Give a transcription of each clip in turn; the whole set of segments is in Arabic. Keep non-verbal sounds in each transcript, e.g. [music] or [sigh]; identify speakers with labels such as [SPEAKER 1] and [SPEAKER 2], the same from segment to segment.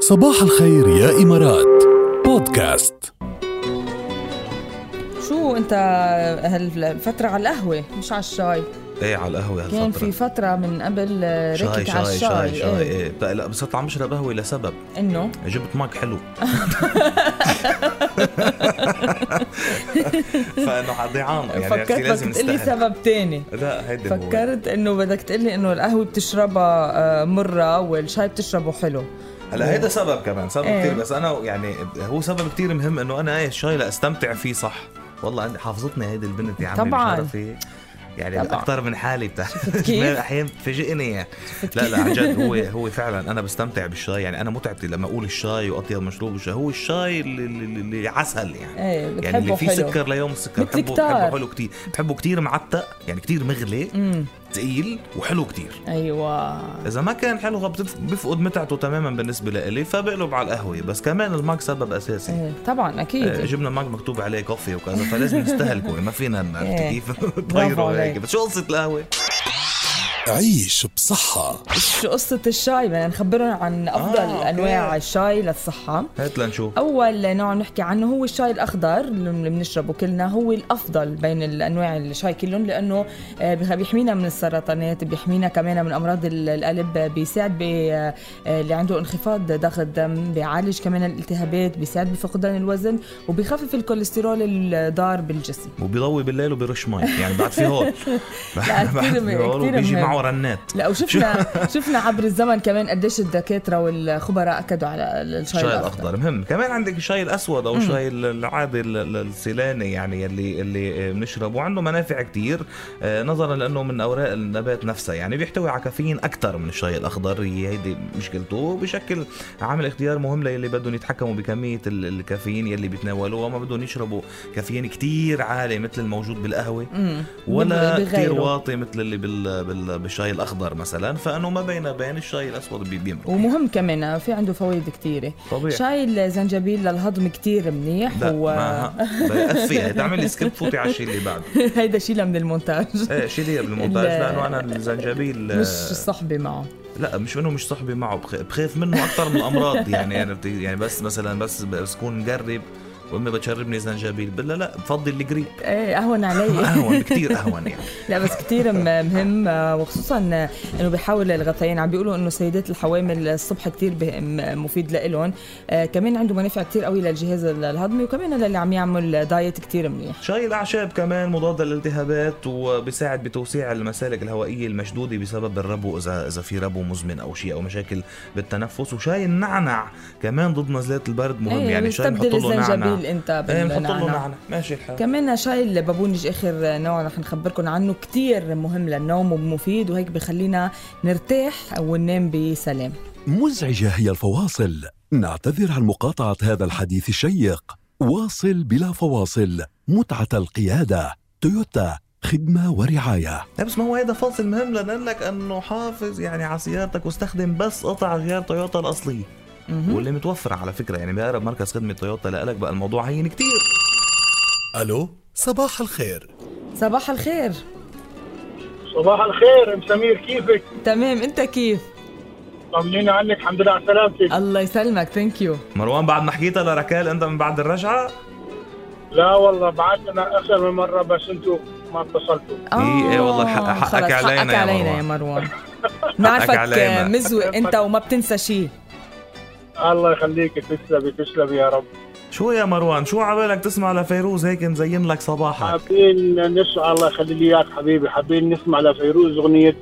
[SPEAKER 1] صباح الخير يا إمارات بودكاست
[SPEAKER 2] شو انت هالفترة على القهوة مش على الشاي
[SPEAKER 3] ايه على القهوة هالفترة
[SPEAKER 2] كان في فترة من قبل آه،
[SPEAKER 3] شاي
[SPEAKER 2] ركت على
[SPEAKER 3] شاي
[SPEAKER 2] الشاي
[SPEAKER 3] شاي شاي إيه.
[SPEAKER 2] إيه.
[SPEAKER 3] ايه بقى- لا بس صرت عم بشرب قهوة لسبب
[SPEAKER 2] انه
[SPEAKER 3] جبت ماك
[SPEAKER 2] [laughs]
[SPEAKER 3] حلو [laughs] فانه حضيعان يعني عرفتي
[SPEAKER 2] فكرت
[SPEAKER 3] لازم
[SPEAKER 2] بدك تقلي
[SPEAKER 3] نستاهل
[SPEAKER 2] سبب تاني
[SPEAKER 3] لا هيدا هو
[SPEAKER 2] فكرت انه بدك تقلي انه القهوة بتشربها آه، مرة والشاي بتشربه حلو
[SPEAKER 3] هلا هيدا سبب كمان سبب
[SPEAKER 2] إيه.
[SPEAKER 3] كثير بس انا يعني هو سبب كثير مهم انه انا ايه الشاي لاستمتع فيه صح والله عندي حافظتني هيدي البنت يا عمي مش
[SPEAKER 2] طبعاً.
[SPEAKER 3] عارف إيه. يعني
[SPEAKER 2] طبعاً.
[SPEAKER 3] اكثر من حالي بتعرف [laughs]
[SPEAKER 2] كيف؟
[SPEAKER 3] احيانا بتفاجئني لا لا عن جد هو هو فعلا انا بستمتع بالشاي يعني انا متعتي لما اقول الشاي واطيب مشروب الشاي هو الشاي اللي- اللي اللي عسل يعني
[SPEAKER 2] ايه
[SPEAKER 3] يعني اللي
[SPEAKER 2] بتحبه
[SPEAKER 3] فيه
[SPEAKER 2] حلو
[SPEAKER 3] سكر ليوم السكر
[SPEAKER 2] مثل
[SPEAKER 3] بحبه
[SPEAKER 2] كتار.
[SPEAKER 3] بحبه حلو كثير بحبه كثير معتق يعني كثير مغلي
[SPEAKER 2] امم
[SPEAKER 3] ثقيل وحلو كثير
[SPEAKER 2] ايوه
[SPEAKER 3] اذا ما كان حلو بتف- بفقد متعته تماما بالنسبه لإلي فبقلب على القهوه بس كمان الماك سبب اساسي
[SPEAKER 2] إيه، طبعا
[SPEAKER 3] آه،
[SPEAKER 2] اكيد
[SPEAKER 3] جبنا ماك مكتوب عليه كوفي وكذا فلازم
[SPEAKER 2] [laughs]
[SPEAKER 3] نستهلكه ما فينا
[SPEAKER 2] إيه.
[SPEAKER 3] عرفتي كيف [laughs]
[SPEAKER 2] برافو
[SPEAKER 3] نطيره
[SPEAKER 2] عليك.
[SPEAKER 3] هيك بس شو قصه القهوه
[SPEAKER 1] عيش بصحة
[SPEAKER 2] شو قصة الشاي بدنا نخبرهم عن افضل
[SPEAKER 3] آه، أوكي.
[SPEAKER 2] انواع الشاي للصحة
[SPEAKER 3] هات لنشوف
[SPEAKER 2] اول نوع بنحكي عنه هو الشاي الاخضر اللي بنشربه كلنا هو الافضل بين الانواع الشاي كلهم لانه آه، بخ- بيحمينا من السرطانات بيحمينا كمان من امراض ال- القلب بيساعد ب- آه، اللي عنده انخفاض ضغط الدم بيعالج كمان الالتهابات بيساعد بفقدان الوزن وبيخفف الكوليسترول الضار
[SPEAKER 3] [laughs]
[SPEAKER 2] بالجسم
[SPEAKER 3] وبيضوي بالليل وبرش مي يعني بعد
[SPEAKER 2] [laughs]
[SPEAKER 3] في هول
[SPEAKER 2] لا،
[SPEAKER 3] [laughs] بعد
[SPEAKER 2] كتير
[SPEAKER 3] في
[SPEAKER 2] مهم-
[SPEAKER 3] هول
[SPEAKER 2] كتير
[SPEAKER 3] وبيجي
[SPEAKER 2] مهم.
[SPEAKER 3] معه رنات
[SPEAKER 2] لا
[SPEAKER 3] [laughs]
[SPEAKER 2] وشفنا شفنا عبر الزمن كمان قديش الدكاتره والخبراء اكدوا على الشاي
[SPEAKER 3] الشاي
[SPEAKER 2] الاخضر
[SPEAKER 3] الاخضر طيب، مهم كمان عندك الشاي الاسود او الشاي ال- العادي ال- ال- السيلاني يعني اللي اللي بنشربه عنده منافع كتير آه، نظرا لانه من اوراق النبات نفسها يعني بيحتوي على كافيين اكثر من الشاي الاخضر هي هيدي مشكلته وبشكل عامل اختيار مهم للي بدهم يتحكموا بكميه ال- الكافيين يلي بيتناولوها ما بدهم يشربوا كافيين كتير عالي مثل الموجود بالقهوه
[SPEAKER 2] أمم.
[SPEAKER 3] ولا
[SPEAKER 2] بغيره.
[SPEAKER 3] كثير واطي مثل اللي بال بال بالشاي الاخضر مثلا فانه ما بين بين الشاي الاسود بي- بيمرق
[SPEAKER 2] ومهم كمان في عنده فوائد كتيره
[SPEAKER 3] طبيعي
[SPEAKER 2] شاي الزنجبيل للهضم كتير منيح
[SPEAKER 3] لا
[SPEAKER 2] و
[SPEAKER 3] ما يعني بقفي هيدا اعملي سكيب فوتي على الشيء اللي بعده
[SPEAKER 2] [laughs] هيدا شيلها من المونتاج
[SPEAKER 3] ايه شيلي بالمونتاج
[SPEAKER 2] ال-
[SPEAKER 3] لانه انا الزنجبيل آه،
[SPEAKER 2] مش صحبة معه
[SPEAKER 3] لا مش منه مش صاحبي معه بخ- بخاف منه اكثر من
[SPEAKER 2] [laughs]
[SPEAKER 3] الامراض يعني يعني, بت- يعني بس مثلا بس بس كون مجرب وامي بتشربني زنجبيل بقول لها لا بفضل الجريب
[SPEAKER 2] ايه اهون
[SPEAKER 3] [laughs]
[SPEAKER 2] علي
[SPEAKER 3] اهون كثير اهون يعني
[SPEAKER 2] لا بس كتير م- مهم آه، وخصوصا آه، انه بيحاول الغثيان عم بيقولوا انه سيدات الحوامل الصبح كتير به- م- مفيد لإلهم آه، كمان عنده منافع كتير قوي للجهاز ال- الهضمي وكمان للي عم يعمل دايت كتير منيح
[SPEAKER 3] شاي الاعشاب كمان مضاد للالتهابات وبيساعد بتوسيع المسالك الهوائيه المشدوده بسبب الربو اذا اذا في ربو مزمن او شيء او مشاكل بالتنفس وشاي النعنع كمان ضد نزلات البرد مهم
[SPEAKER 2] إيه،
[SPEAKER 3] يعني شاي بنحط
[SPEAKER 2] بتستبدل
[SPEAKER 3] له نعنع
[SPEAKER 2] الزنجبيل نعم، انت
[SPEAKER 3] ايه بنحط له
[SPEAKER 2] بالنعناع
[SPEAKER 3] نعنع ماشي الحال
[SPEAKER 2] كمان شاي البابونج اخر نوع رح نخبركم عنه كتير مهم للنوم ومفيد وهيك بخلينا نرتاح وننام بسلام
[SPEAKER 1] مزعجة هي الفواصل نعتذر عن مقاطعة هذا الحديث الشيق واصل بلا فواصل متعة القيادة تويوتا خدمة ورعاية
[SPEAKER 3] لا بس ما هو هيدا فاصل مهم لنقول لك انه حافظ يعني على سيارتك واستخدم بس قطع غيار تويوتا الاصليه
[SPEAKER 2] مهم.
[SPEAKER 3] واللي متوفره على فكره يعني بأقرب مركز خدمه تويوتا لك بقى الموضوع هين كتير
[SPEAKER 1] ألو صباح الخير
[SPEAKER 2] صباح الخير
[SPEAKER 4] صباح الخير ام سمير كيفك؟
[SPEAKER 2] تمام انت كيف
[SPEAKER 4] طمنينا عنك الحمد لله على سلامتك
[SPEAKER 2] الله يسلمك ثانك يو
[SPEAKER 3] مروان بعد ما حكيتها لركال انت من بعد الرجعه
[SPEAKER 4] لا والله بعتنا اكثر من مره بس انتوا ما اتصلتوا
[SPEAKER 3] إيه، إيه والله الحق- حقك علينا
[SPEAKER 2] آه، حقك
[SPEAKER 3] يا
[SPEAKER 2] علينا يا مروان نعرفك
[SPEAKER 3] علينا.
[SPEAKER 2] مزوق انت وما بتنسى شيء
[SPEAKER 4] الله يخليك تسلمي تسلمي يا رب
[SPEAKER 3] شو يا مروان شو عبالك تسمع لفيروز هيك مزين لك صباحك
[SPEAKER 4] حابين نسمع الله يخلي لي اياك حبيبي حابين نسمع لفيروز اغنيه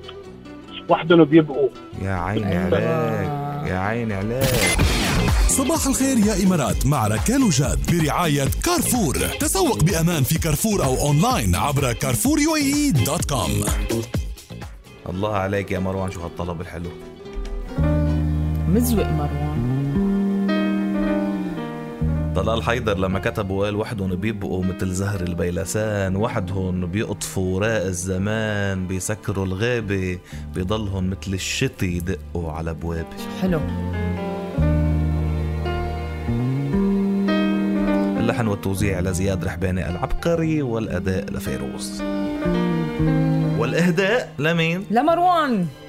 [SPEAKER 4] وحدهم بيبقوا
[SPEAKER 3] يا عيني
[SPEAKER 2] أيوة.
[SPEAKER 3] عليك يا عيني عليك
[SPEAKER 1] صباح الخير يا إمارات مع ركال وجاد برعاية كارفور تسوق بأمان في كارفور أو أونلاين عبر كارفور دوت كوم
[SPEAKER 3] الله عليك يا مروان شو هالطلب الحلو
[SPEAKER 2] مزوق مروان
[SPEAKER 3] طلال حيدر لما كتبوا قال وحدهم بيبقوا مثل زهر البيلسان وحدهم بيقطفوا وراء الزمان بيسكروا الغابة بيضلهم مثل الشتي يدقوا على بوابة
[SPEAKER 2] حلو
[SPEAKER 3] اللحن والتوزيع لزياد رحباني العبقري والأداء لفيروز والإهداء لمين؟
[SPEAKER 2] لمروان